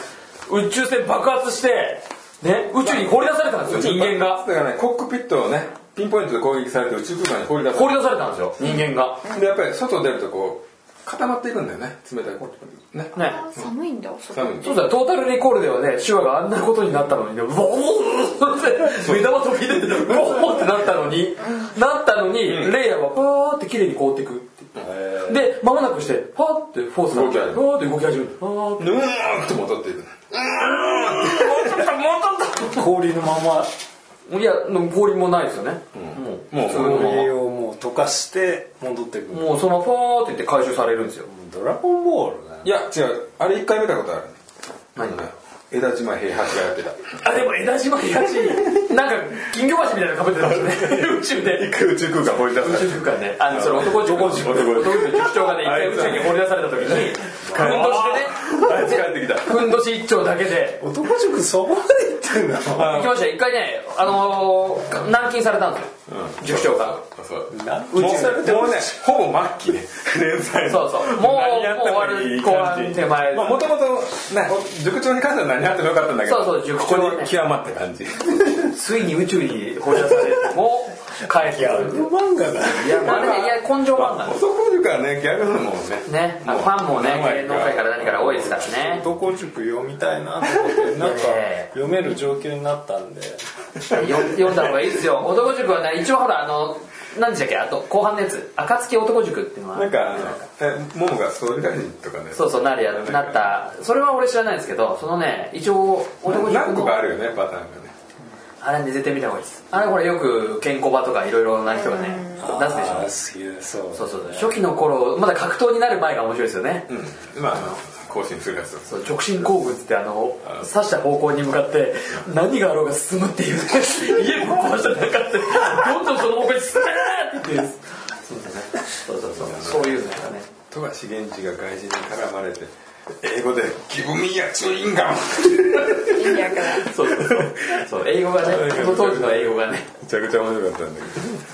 B: 宇宙船爆発してね宇宙に放り出されたんですよ人間が
A: だからねコックピットをねピンポイントで攻撃されて宇宙空間に放り出す
B: 放り出されたんですよ人間が
A: でやっぱり外出るとこう固まっていくんだよね冷たいコックピットね
B: ね
D: 寒いんだそこ
A: 寒い
B: そうだよトータルリコールではね手話があんなことになったのにねボーンって目玉飛び出てボーンってなったのになったのにレイヤーがパーって綺麗に凍ってくってで間もなくしてパーってフォースが
A: 動き始める
B: パーって動き始めるパ ーって
A: うーんと戻っていく
C: 氷のまま
B: いやでも氷もないですよねもう
A: もう
B: そのま
C: 氷をもう溶かして戻ってく
B: ま
C: る
B: もうそのままパーって言って回収されるんですよ
C: ドラゴンボールだよ
A: いや違うあれ一回見たことある
B: 何が
A: ね枝島平八がやって た
B: あでも江田島東なんか金魚鉢みたいなのかぶってたもんね 宇宙で
A: 空中空間掘り出
B: 宇宙
A: す
B: 空間ねあのその男塾
A: 男塾
B: 男塾の塾長がね一
A: あ
B: 回
A: い
B: 宇
A: つ
B: 宙に掘り出された時にふんどしでね
A: あいつ帰ってきた
B: ふんどし一丁だけで
C: 男塾そこまで行ってんだ
B: 行きましたよ一回ねあのー軟禁されたんですよ塾長が
A: そう
C: な
A: もう
C: うちされて
A: も
C: も
A: うねほぼ末期ね 連載の
B: そうそうもう
A: 何やってもいい
B: もう終わ
A: 感
B: る
A: じ
B: 後半手前
A: まあもともとね塾長に関しては何やってもよかったんだけど
B: そうそう塾
A: ここ
B: 長はね
A: に極まって感じ
B: ついに宇宙に放り出されてもう帰ってきた
C: ギャグ漫画だ
B: いやまるでいや根性漫画です
A: 男塾はねギャグのもんね
B: ねあのファンもね
A: もう
B: 芸能界から何から多いですからね
C: 男塾読みたいなと 思ってなんか読める状況になったんで
B: よ読んだ方がいいです よ男塾はね一応ほらあの何でしたっけあと後半のやつ暁男塾っていうの
A: なん
B: は
A: かあのえモモが総理大臣とかね
B: そうそうなるやなったそれは俺知らないですけどそのね一応男塾
A: 何個
B: の
A: かあるよねパターンがね
B: あれね絶対見た方がいいですあれこれよく健康場とかいろいろな人がね出すでしょ
C: すげえそう
B: そうそうそう初期の頃まだ格闘になる前が面白いですよね、
A: うんまああの更新するやつ
B: そう直進工具っつってあの刺した方向に向かって何があろうが進むっていう 家ぶっ壊したらなんかってどんどんその方向に進めっていうそうですねそうそうそうそういうのがね
A: 富樫源氏が外人に絡まれて英語で「ギブミーアチューインガ ム」
D: 意味わからん
B: そうそうそうそう英語がねその当時の英語がね
A: めちゃくちゃ面白かったんだけ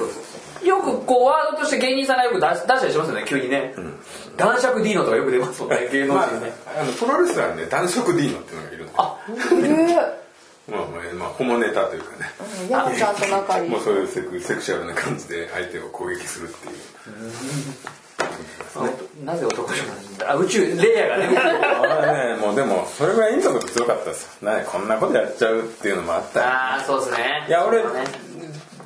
B: よくこうワードとして芸人さんがよく出し出したりしますよね急にね、男爵 D のとかよく出ますもんね 芸
A: ど、
B: 能
A: ま
B: 人ね、
A: あ、あのプロレスラーにね男色ディーノっていうのがいるんだよまあまあ、まあ、ホモネタというかね
D: うん山ちゃんと仲いい
A: もうそういうセクセクシャルな感じで相手を攻撃するっていう
B: なぜ男塾なんだあ宇宙レイヤーがね
A: あれねもうでもそれぐらいインパクト強かったですよねこんなことやっちゃうっていうのもあったよ
B: ああそうですね
A: いや俺
B: そうね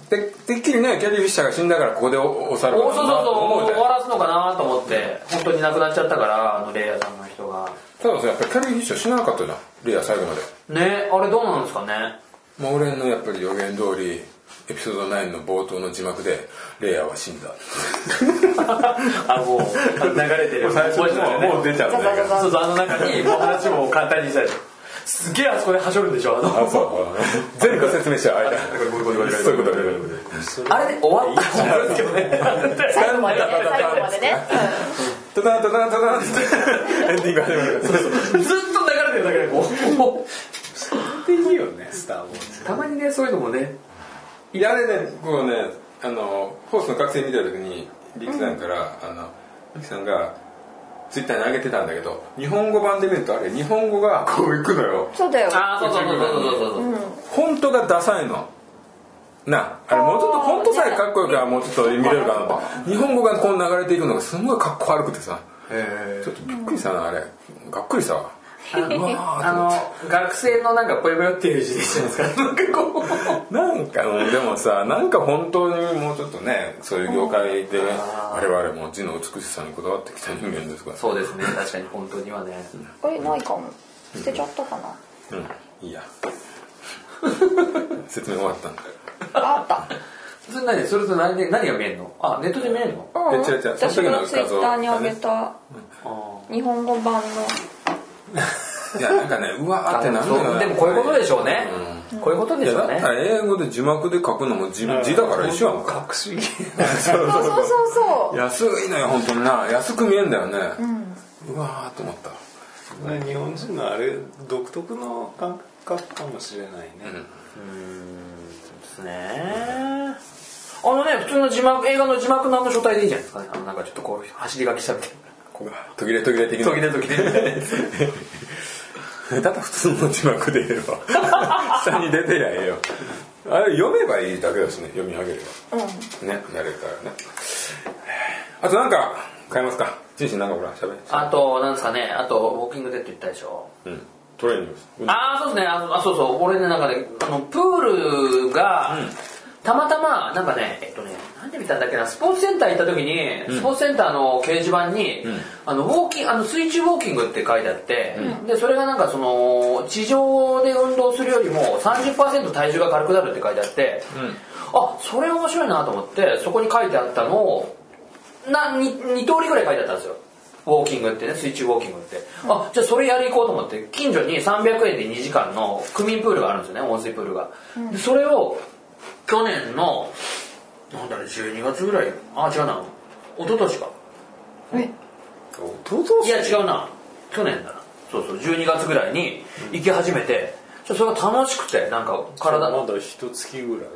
A: ててっきりねキャリー・フィッシャーが死んだからここでおさる
B: お
A: か
B: そうそう
A: な
B: そう
A: と思うじ
B: 終
A: ゃん
B: わらすのかなと思って本当に亡くなっちゃったからあのレイヤーさんの人が
A: たださやっぱりキャリー・フィッシャー死ななかったじゃんレイヤー最後まで
B: ねあれどうなんですかね
A: まあ、俺のやっぱり予言通りエピソード9の冒頭の字幕で「レイヤーは死んだ」
B: あもう流れてる
A: 最初もう,、もう出ちゃうんだ
D: ザザ
A: け
D: ザ
A: ど
B: そうそうあの中 にもう話も簡単にしたりすげえあそこではしょるんでしょあの
A: あそう 全部説明しちゃうあれそういうこと
B: あれで終わったと思うんですけどね
D: 最後までね最後までね
A: トダントダントダンって エンディング始まる
B: ずっと流れてるだけでこうも
C: でいいよねスター・ウォー
B: うたまにねそういうのもね
A: いやあれねこうねあのホースの覚醒見てた時にリキさんから、あのリキさんがツイッターに上げてたんだけど日本語版で見るとあれ日本語がこういくのよ
D: そうだよ
B: ああそうそうそうそうそうそう
A: フォントがダサいのなああれもうちょっとフォントさえかっこよくはもうちょっと見れるかなと日本語がこう流れていくのがすごいかっこ悪くてさちょっとびっくりしたなあれがっくりした わ
B: あの
A: うわー
B: あの学生のなんかぽよぽよっていう字でしたんですかなんかこう
A: なんかうんでも さなんか本当にもうちょっとねそういう業界で我々も字の美しさにこだわってきた人間ですから
B: そうですね確かに本当にはね
D: これないかも捨てちゃったかな
A: うんいいや 説明終わったんだ
D: あった
B: それ何それと何で何が見えるのあネットで見えるの
D: うん
A: え違う違う
D: 私
A: その時の
D: が
A: 画像
D: ツイッターにあげた
B: あ
D: 日本語版の
A: いやなんかねうわーってなんだよ
B: そう
A: な
B: でもこういうことでしょうねこういうこと
A: い
B: で
A: や
B: し
A: だ
B: ょ
A: っ
B: うね
A: たら英語で字幕で書くのも字字だから一緒やもん
C: ド隠し芸
D: そうそうそうそう
A: 安いのよ本当にな安く見えんだよね、うわーと思った
C: ね日本人のあれ独特の感覚かもしれないね、
B: ですねあのね普通の字幕映画の字幕のあの書体でいいじゃないですかねあのなんかちょっとこう走り書きしたみたいなこう
A: 途切れ途切れ的な
B: 途切れ途切れみたいなやつ
A: だ ったら普通の字幕で言えば 下に出てりゃええよあれ読めばいいだけだしね読み上げればねやれるからねあとなんか買いますか人生なんかほらしゃべ
B: あとなんですかねあとウォーキングデッド言ったでしょ
A: うんトレーニングうん
B: ああそうですねあのあそうそう俺ねなんかねあのプールが、たまたまなんかねえっとねなんで見たんだっけなスポーツセンター行った時に、スポーツセンターの掲示板に、あのウォーキングあの水中ウォーキングって書いてあって、でそれがなんかその地上で運動するよりも30%体重が軽くなるって書いてあって、あそれ面白いなと思ってそこに書いてあったのをな 2, 通りぐらい書いてあったんですよウォーキングってね水中ウォーキングって、あじゃあそれやり行こうと思って近所に300円で2時間の区民プールがあるんですよね温水プールが、でそれを去年のなんだろう12月ぐらいあ違うな一昨年か
D: え
C: どうぞ
B: いや違うな去年だなそうそう12月ぐらいに行き始めて、ちょっとそれが楽しくてなんか体
C: まだ一月ぐらい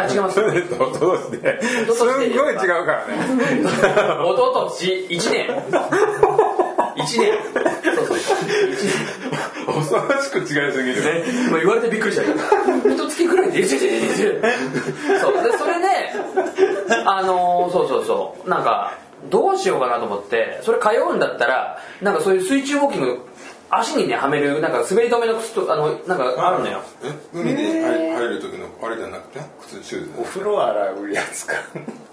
B: あ違います
A: そ れとどうして
B: と
A: すん
B: し
A: ご
B: て
A: い違うからね
B: おととし1年1年そうそう
A: 恐ろしく違いすぎる
B: ね、今言われてびっくりしたけど一月ぐらいで「いやいやいやいやいやそうでそれであのーそうそうそうなんかどうしようかなと思ってそれ通うんだったらなんかそういう水中ウォーキング足にねはめるなんか滑り止めの靴とあのなんかあるのよ
E: え海に入入る時のあれじゃなくて靴シューズ
C: お風呂洗うや つか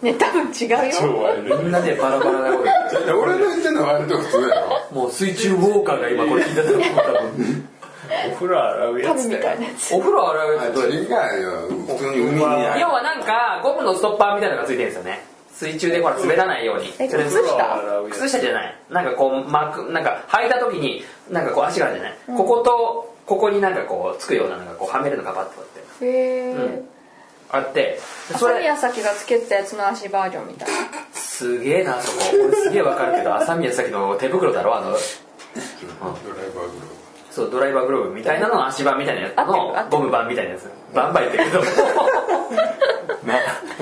D: ね多分違うよ
B: みんなでバラバラだこれ
E: いや俺の言ってんのは割と普通やろ
B: もう水中ウォーカーが今これ聞いたと思ったら
C: お風呂洗うや
D: 多
C: つ
D: 分み
C: だ
D: た
C: よ
D: いなやつ
B: お風呂洗うやつどうや
E: 違うよ普通に海に入
B: 要
E: る
B: はなんかゴムのストッパーみたいなのがついてるんですよね水中でほら滑らないように
D: え靴
C: お風呂
D: 下
C: 洗うやつ
B: 靴下じゃないなんかこう巻くなんか履いた時になんかこう足があるじゃない、こことここになんかこうつくようなのがこうはめるのがバッとって
D: へえ
B: あってそ
D: 朝
B: れ
D: 宮咲がつけたやつの足バージョンみたいな
B: すげえなそこ俺すげえわかるけど朝宮さっきの手袋だろあの
E: ドライバーグロー
B: そうドライバーグローブみたいなのの足版みたいなやつ
D: 合ってる合
B: の
D: ってる
B: ゴム版みたいなやつバンバン言ってるけ ど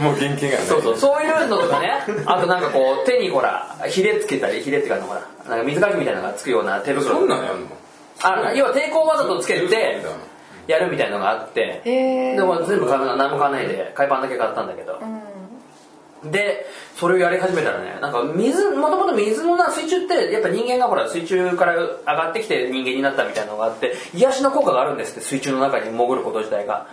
A: もう現金がね
B: そうそうそういうのとかねあとなんかこう手にほらひれつけたりひれっていうかあのほらなんか水かきみたいなのがつくような手袋
E: そんなんやんの
B: あ要は抵抗わざとつけてやるみたいなのがあって
D: へえ
B: でも全部買う何も買わないで海パンだけ買ったんだけど
D: う、ん
B: でそれをやり始めたらねなんか水もともと水のな水中ってやっぱ人間がほら水中から上がってきて人間になったみたいなのがあって癒しの効果があるんですって水中の中に潜ること自体が、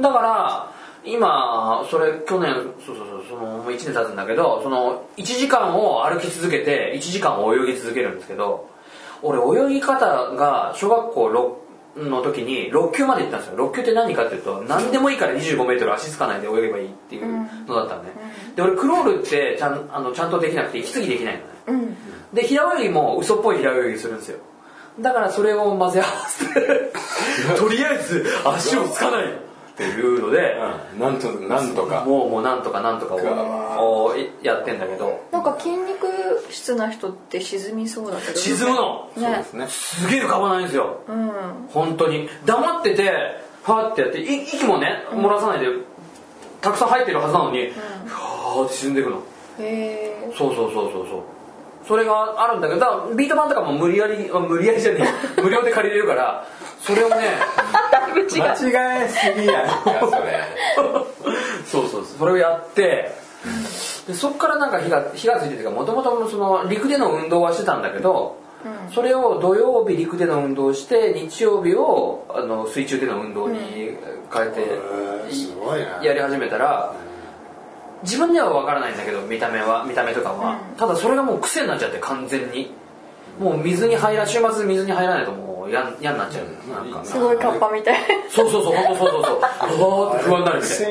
B: だから今それ去年そうそうそうそのもう1年経つんだけどその1時間を歩き続けて1時間を泳ぎ続けるんですけど俺泳ぎ方が小学校6の時に6級まで行ったんですよ6級って何かっていうと何でもいいから2 5メートル足つかないで泳げばいいっていうのだったのね、で俺クロールってちゃんあのちゃんとできなくて息継ぎできないのね、
D: うん
B: で平泳ぎも嘘っぽい平泳ぎするんですよだからそれを混ぜ合わ せてとりあえず足をつかないっていうので、
A: うんなんとなんとか
B: もうもうなんとかなんとかををやってんだけど
D: なんか筋肉質な人って沈みそうだけど
B: 沈むの
D: ね
A: ね
B: すげえ浮かばないんですよ
D: うん
B: 本当に黙っててパーってやってい息もね漏らさないでたくさん入ってるはずなのにふわーって沈んでいくの
D: へえ
B: そうそうそうそうそうそれがあるんだけどだからビート板とかも無理やりあ無理やりじゃねえ無料で借りれるからそれをね
D: だいぶ違う
A: 間違えすぎやんかそれ
B: そうそうそうそれをやってでそっからなんか火が火がついててもともとその陸での運動はしてたんだけど、それを土曜日陸での運動をして日曜日をあの水中での運動に変えて、
C: へーすごいね
B: やり始めたら自分では分からないんだけど見た目は見た目とかは、ただそれがもう癖になっちゃって完全にもう水に入ら週末水に入らないともう嫌嫌になっちゃう、なんか
D: すごいカッパみたい
B: そうそうそう本当そうそうそうあーって不安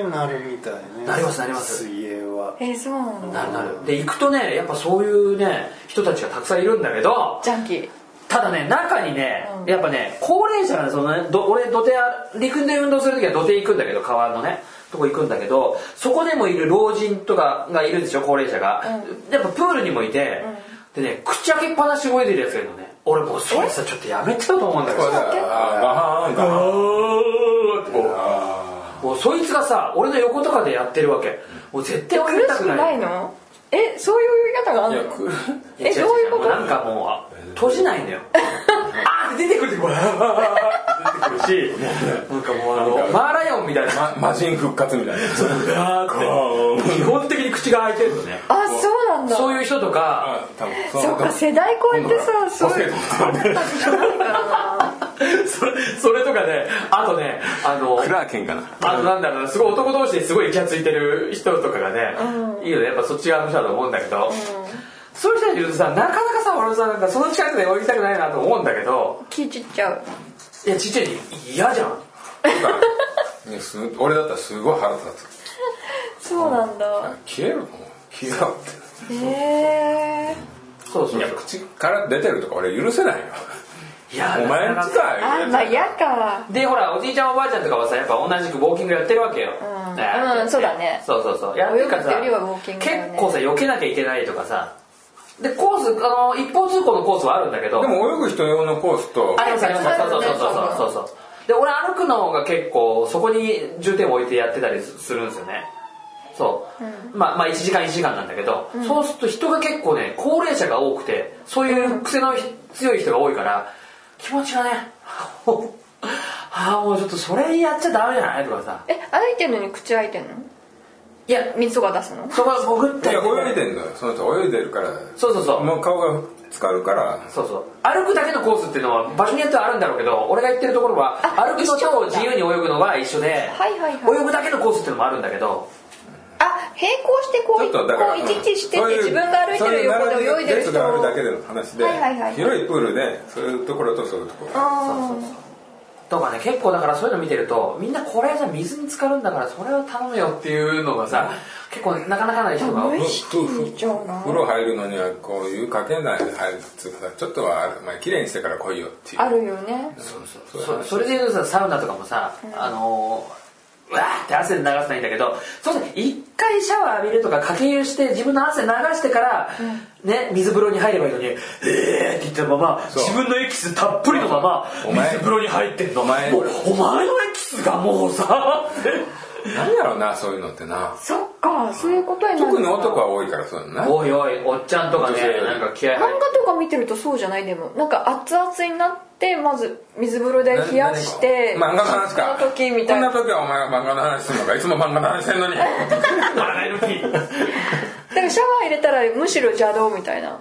B: になるみたいな
C: 癖になるみたいね
B: なりますなります
C: 水泳は
D: えそうなんだ
B: なるなるで行くとねやっぱそういうね人たちがたくさんいるんだけど
D: ジャンキー
B: ただね中にね、
D: うん
B: やっぱね高齢者なんですよねど俺土手あ陸で運動する時は土手行くんだけど川のねとこ行くんだけどそこでもいる老人とかがいるんでしょ高齢者が、やっぱプールにもいて、でね口開けっぱなしで泳いでるやつがいるのね俺もうそれさちょっとやめちゃうと思うんだけど
A: あーガハーン
B: もうそいつがさ俺の横とかでやってるわけもう絶対泳ぎ
D: 苦
B: た
D: し
B: く
D: く
B: な
D: ないいのえそういう泳ぎ方があ
A: ガ
D: る
A: いや
D: の
A: く
B: や
D: え
B: 違
D: どういうこ
B: 違
D: と
B: なんかもうあ閉じないのよ あーって出てくるってこうあーって出てくるしなんかもうあのマーライオンみたいな
A: ま魔人復活みたいな
B: あーって基本的に口が開いてるのね
D: あそうなんだ
B: そういう人とか
A: 多分
D: そっか世代超えてさそういう
B: それそれとかねあとねあの
A: クラーケンかな
B: あとなんだろうなすごい男同士ですごいイチャついてる人とかがね、いいよねやっぱそっち側の人だと思うんだけど、そういう人たちいるとさなかなかさ俺もさなんかその近くで泳ぎたくないなと思うんだけど
D: 気散っちゃう
B: いやちっちゃい嫌じゃん
A: ねす俺だったらすごい腹立つ
D: そうなんだ
A: 消えるかも消えろって
D: へえ
B: そうそう
A: いや
B: そう
A: 口から出てるとか俺許せないよ
B: いや
A: お前ん
B: なか
A: ち
B: なか
A: かよ
D: あまあ嫌か
B: でほらおじいちゃんおばあちゃんとかはさやっぱ同じくウォーキングやってるわけよ、
D: うん
B: ね
D: うんそうだね
B: そうそうそうやってるからさ
D: 泳ぐっていうよりはウォーキングだよね
B: 結構さ避けなきゃいけないとかさでコースあの一方通行のコースはあるんだけど
A: でも泳ぐ人用のコースと
B: ありますありますそうそうそうそうそうそうで俺歩くのが結構そこに重点を置いてやってたりするんですよねそう、まあまあ1時間1時間なんだけど、そうすると人が結構ね高齢者が多くてそういう癖のひ強い人が多いから気持ちがね ああもうちょっとそれやっちゃダメじゃないとかさ
D: え歩いてんのに口開いてんの
B: いや
D: 水とか出すの
B: そこは潜っ
A: い
B: て
A: や泳いでんのよその人泳いでるから
B: そうそうそう
A: もう顔が浸かるから
B: そうそう歩くだけのコースっていうのは場所によってはあるんだろうけど俺が言ってるところは
D: あ
B: 歩くの
D: 一緒
B: と自由に泳ぐのは一緒で
D: はいはいはい
B: 泳ぐだけのコースっていうのもあるんだけど
D: あ並行してこ
A: ち
D: う
A: ょっ
D: いこ
A: とだから
D: ういちいちして
A: そう
D: て
A: いう
D: 自分が歩いてる横で泳いでる
A: そうう並び列
D: 人
A: があるだけでの話で、
D: はいはいはい
A: 広いプールでそういうところとそういうところ
D: あ
B: そうそう
D: ー
B: とかね結構だからそういうの見てるとみんなこれじゃ水に浸かるんだからそれを頼むよっていうのがさ結構なかなかない人が
D: 無
A: ふ
D: 意識にいっちゃうな
A: 風呂入るのにはこういうかけないで入るっつうかさちょっとはあるまあ綺麗にしてから来いよっていう
D: あるよね
B: そうそうそそれでいうとさサウナとかもさ、あのーうわーって汗流すのはいいんだけどそうすると一回シャワー浴びるとかかけ湯して自分の汗流してから、ね、水風呂に入ればいいのに「ええー」って言ったまま
A: そう
B: 自分のエキスたっぷりのまま
A: お前
B: 水風呂に入ってんの
A: お前
B: もうお前のエキスがも うさって
A: 何やろうなそういうのってな
D: そっかそういうことになる
A: 特に男は多いからそうだな
B: おいおいおっちゃんとかね
A: 女性
B: なんか気合
D: 漫
B: 入
D: 画
B: って
D: とか見てるとそうじゃないでもなんか熱々になってまず水風呂で冷やして
A: 漫画の話か
D: その時みたいな
A: こんな時はお前は漫画の話するのかいつも漫画の話してんのに
B: ならないのにい
D: だからシャワー入れたらむしろ邪道みたいな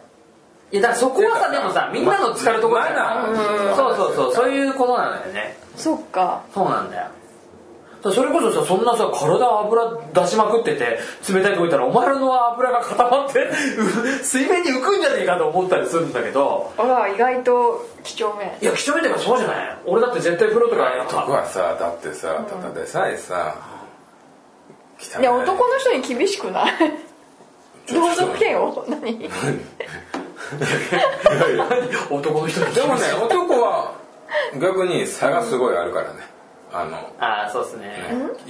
B: やだからそこはさでもさみんなの浸かるところじゃ
A: マナー
B: ん
A: うん
B: そうそうそうそういうことなんだよね
D: そっか
B: そうなんだよだからそれこそさそんなさ体油出しまくってて冷たいとこいたらお前らの油が固まって う水面に浮くんじゃねえかと思ったりするんだけど
D: あら意外と几帳面
B: いや貴重面だからそうじゃない俺だって絶対風呂とかや っ
A: 僕
B: た
A: はさだってさただでさえさ汚
D: いや男の人に厳しくない同族権を何
B: 男の人に
A: でもね男は逆に差がすごいあるからね、あの
B: ああそうっすね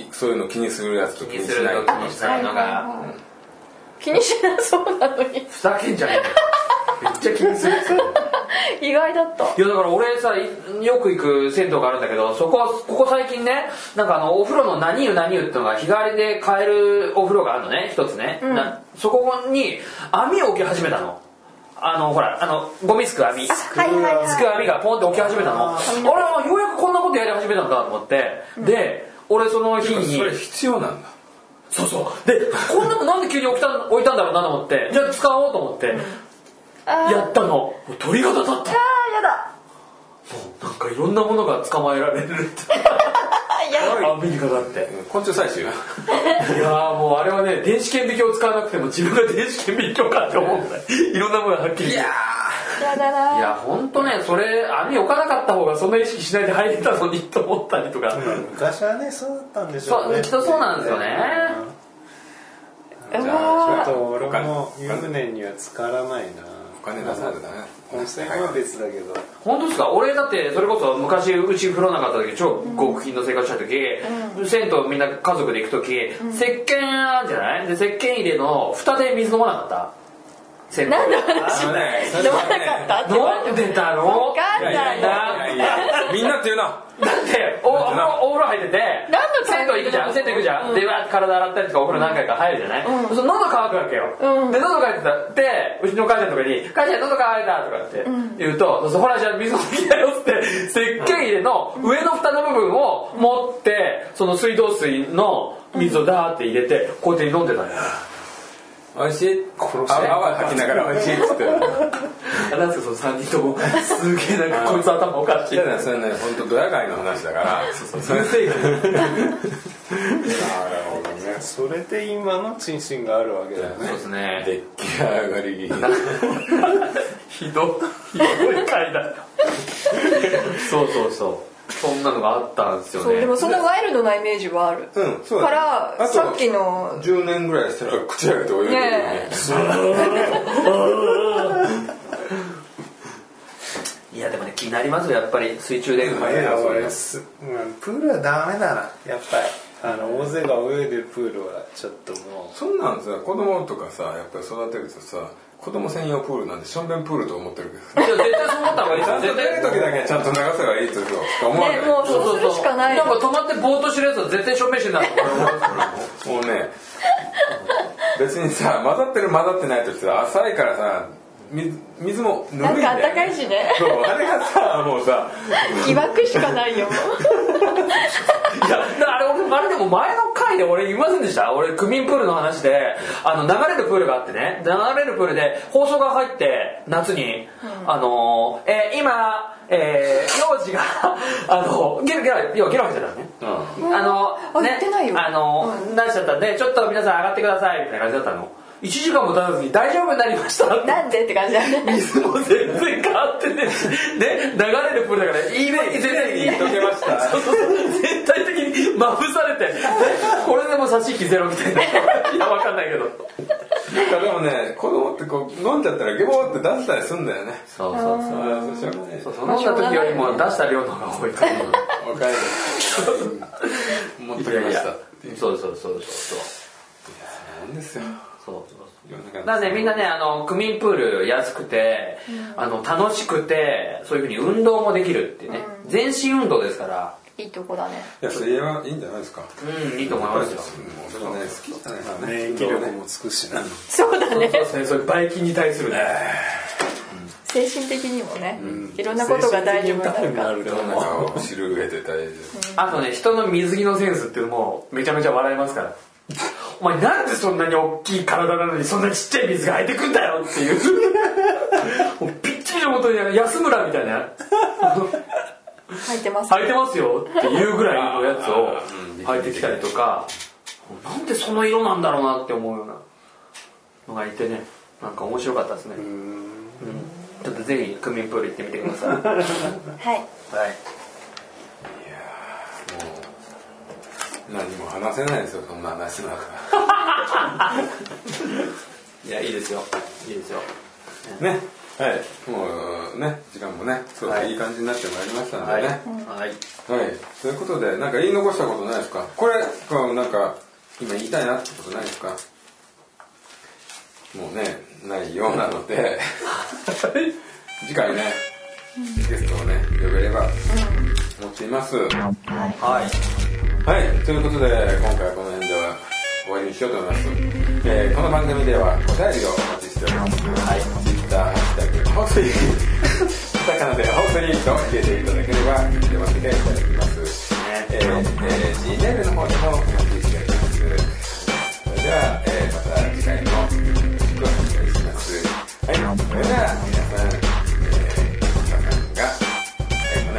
A: いそういうの気にするやつと
B: 気
A: 気
B: に
A: にし
B: する
A: ない
B: の
A: や
B: 気
A: つの
B: にしないのが
D: 気にしなそうなのに
B: ふざけんじゃねえよめっちゃ気にする
D: 意外だった
B: いやだから俺さいよく行く銭湯があるんだけどそこはここ最近ねなんかあのお風呂の何湯何湯ってのが日替わりで買えるお風呂があるのね一つね、なそこに網を置き始めたのあのほらあのゴミすく網すく
D: はいはいはい
B: 網がポンって置き始めたのあれようやくこんなことやり始めたんだと思って、で俺その日に
A: それ必要なんだ
B: そうそうでこんなのなんで急に置きた置いたんだろうなと思ってじゃあ使おうと思って、
D: あー
B: やったのもう鳥肌立った
D: あーやだ
B: なんかいろんなものが捕まえられるって
D: あやだ
B: アメリカだって
A: 昆虫採集
B: いやーもうあれはね電子顕微鏡を使わなくても自分が電子顕微鏡かって思うんだよいろんなものがはっきりいや
D: やだ
B: い
D: な
B: やほんとねそれ網置かなかった方がそんな意識しないで入れたのにと思ったりとか、
C: 昔はねそうだったんでしょ
B: そう
C: ね
B: きっとそうなんですよね
D: う
C: ちょっ
D: わ
C: と俺も湯船には浸からないな
A: お金出さないとダメだね
C: 温泉は別だけど
B: 本当ですか俺だってそれこそ昔うち風呂なかった時超極貧の生活した時、銭湯みんな家族で行く時、石鹸あんじゃないで石鹸入れの蓋で水飲まなかった銭湯
D: なんで私
A: あのねそれ
D: 飲ま
A: は
D: な
A: ね
D: かったって言われて
B: 飲んでたの
D: わかん
A: いや
D: ない
A: やい
D: い
A: やいやいやみんなっていうな
B: だっておおおお風呂入ってて
D: 何のタイ
B: 銭湯行く
D: ミング
B: じ
D: な
B: ゃん
D: の
B: 銭湯行くじゃん、でうわーって体洗ったりとかお風呂何回か入るじゃない、
D: う
B: そ
D: ん
B: の喉乾くわけよ、
D: うん
B: で喉乾いてたでうちの母ちゃんとかに「母ちゃん喉乾いた」とかって言うと「そほらじゃあ水飲みだよ」って石鹸入れの上の蓋の部分を持ってその水道水の水をダーって入れてこうやって飲んでたのよ
A: おいしい
C: 殺し
A: あ
C: 合い
A: 泡吐きながらおい しいっつって
B: 何ですかその3人とも すげえなんかこいつ頭おかしい
A: いやそれね本当ドヤ界の話だからそうそう
B: 先生が
C: それで今のチンシンがあるわけだよね
B: そうですね
A: 出来上がり
B: ひどひどい回だそうそうそうそんなのがあったんですよ
D: そうで
B: ね
D: もそのワイルドなイメージはある
A: うんそうだ
D: から
A: あと
D: さっきの
A: 10年ぐらいしたら口開けて泳いでるよね
D: ねえ
B: 入りますよやっぱり水中で
C: いや俺す、うん、プールはダメだなやっぱりあの大勢が泳いでるプールはちょっとも
A: そんなんさ子供とかさやっぱり育てるとさ子供専用プールなんでしょんべんプールと思ってる けどさ
B: いや絶対そう思った方がいい
A: ちゃん
B: です
A: と
B: よ
A: 出
B: 絶対
A: る時だけちゃんと流せばいいとか思わない、
D: ねもうそうするしかない
B: なんか止まってぼーっとしてるやつは絶対証明してんだと思う
A: もうね別にさ混ざってる混ざってないとしたら浅いからさ水水もぬるい
D: なん
A: んだよ、ね、
D: かあったかいし ね
A: そうあれがさもうさ
D: 疑惑しか ないよ
B: いや、だからあれ俺、あれでも前の回で俺言いませんでした俺、区民プールの話で、あの、流れるプールがあってね、流れるプールで放送が入って、夏に、あのー、えー今、えー、幼児が、あの、ゲラゲラ、要はゲラゲラだね。あの、
D: あ
B: ね、
D: 言ってないよ
B: あの、なしちゃったんで、ちょっと皆さん上がってください、みたいな感じだったの。1時間も経たずに大丈夫になりましたって
D: なんでって感じだね
B: 水も全然変わってね、ね、流れるプールだから、いいね、全然いい。
A: 溶けました
B: そうそうそう全体的にまぶされて、ねこれでもう差し引きゼロみ たいな。いや、わかんないけど。
A: なんかでもね子供ってこう飲んじゃったらゲボーって出したりすんだよね
B: そうそう
A: あ
B: そう。
A: ーそうしょうがない
B: そうそう飲んだ時よりも出した量の方が多いから。
A: おかえ り持ってきました
B: そうそうそうそうそう。
A: なんですよ
B: そうそう
A: 世の中の
B: なのでみんなねあの区民プール安くて、あの楽しくてそういうふうに運動もできるっていうね、全身運動ですから
D: いいとこだね
A: いやそれはいいんじゃないですか
B: うんいいと思いますよ
A: もうそれはね好きじゃないです
C: う
A: かね
C: 免疫力もつくしな
D: そうだね
B: そうですねそういうバイキンに対するね
D: 精神的にもねいろんなことが大丈夫になるから
C: る
A: 世の中を知る上で大事です
B: あとね、人の水着のセンスっていうのもめちゃめちゃ笑えますから。お前なんでそんなに大きい体なのにそんなちっちゃい水が入ってくんだよっていう。 もうピッチリ本当にあの安村みたいな、
D: 入ってます
B: 履いてますよっていうぐらいのやつを履いてきたりとか、なんでその色なんだろうなって思うようなのがいてね、なんか面白かったですね。うんちょっとぜひ、クミンプール行ってみてください。はい。
D: はい
A: 何も話せないですよそんな話なん か
B: いや、いいですよ。いいですよ。
A: ねはいもうね時間もねそうですね
B: はい
A: いい感じになってまいりましたの
B: はい。
A: でね
B: は
A: は
B: い。
A: いということでなんか言い残したことないですかこれこうなんか今言いたいなってことないですかもうねないようなので 次回ねゲストをね呼べれば思っていますは
B: はい。
A: いということで今回はこの辺では終わりにしようと思います、えーこの番組ではお便りをお待ちしておりますはい Twitter ハッシュタグホスリーカタカナでホスリーと入れていただければ見てますいただきますえー、えー、G メールの方でもお待ちしております。それでは、えー、また次回もよろしくお願いします。はい、それでは皆さん、えー、小田さんが最後の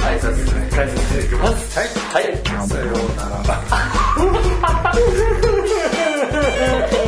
A: 挨拶をされる。
B: 挨拶解説していきますはい、はい
A: さようなら。
B: さ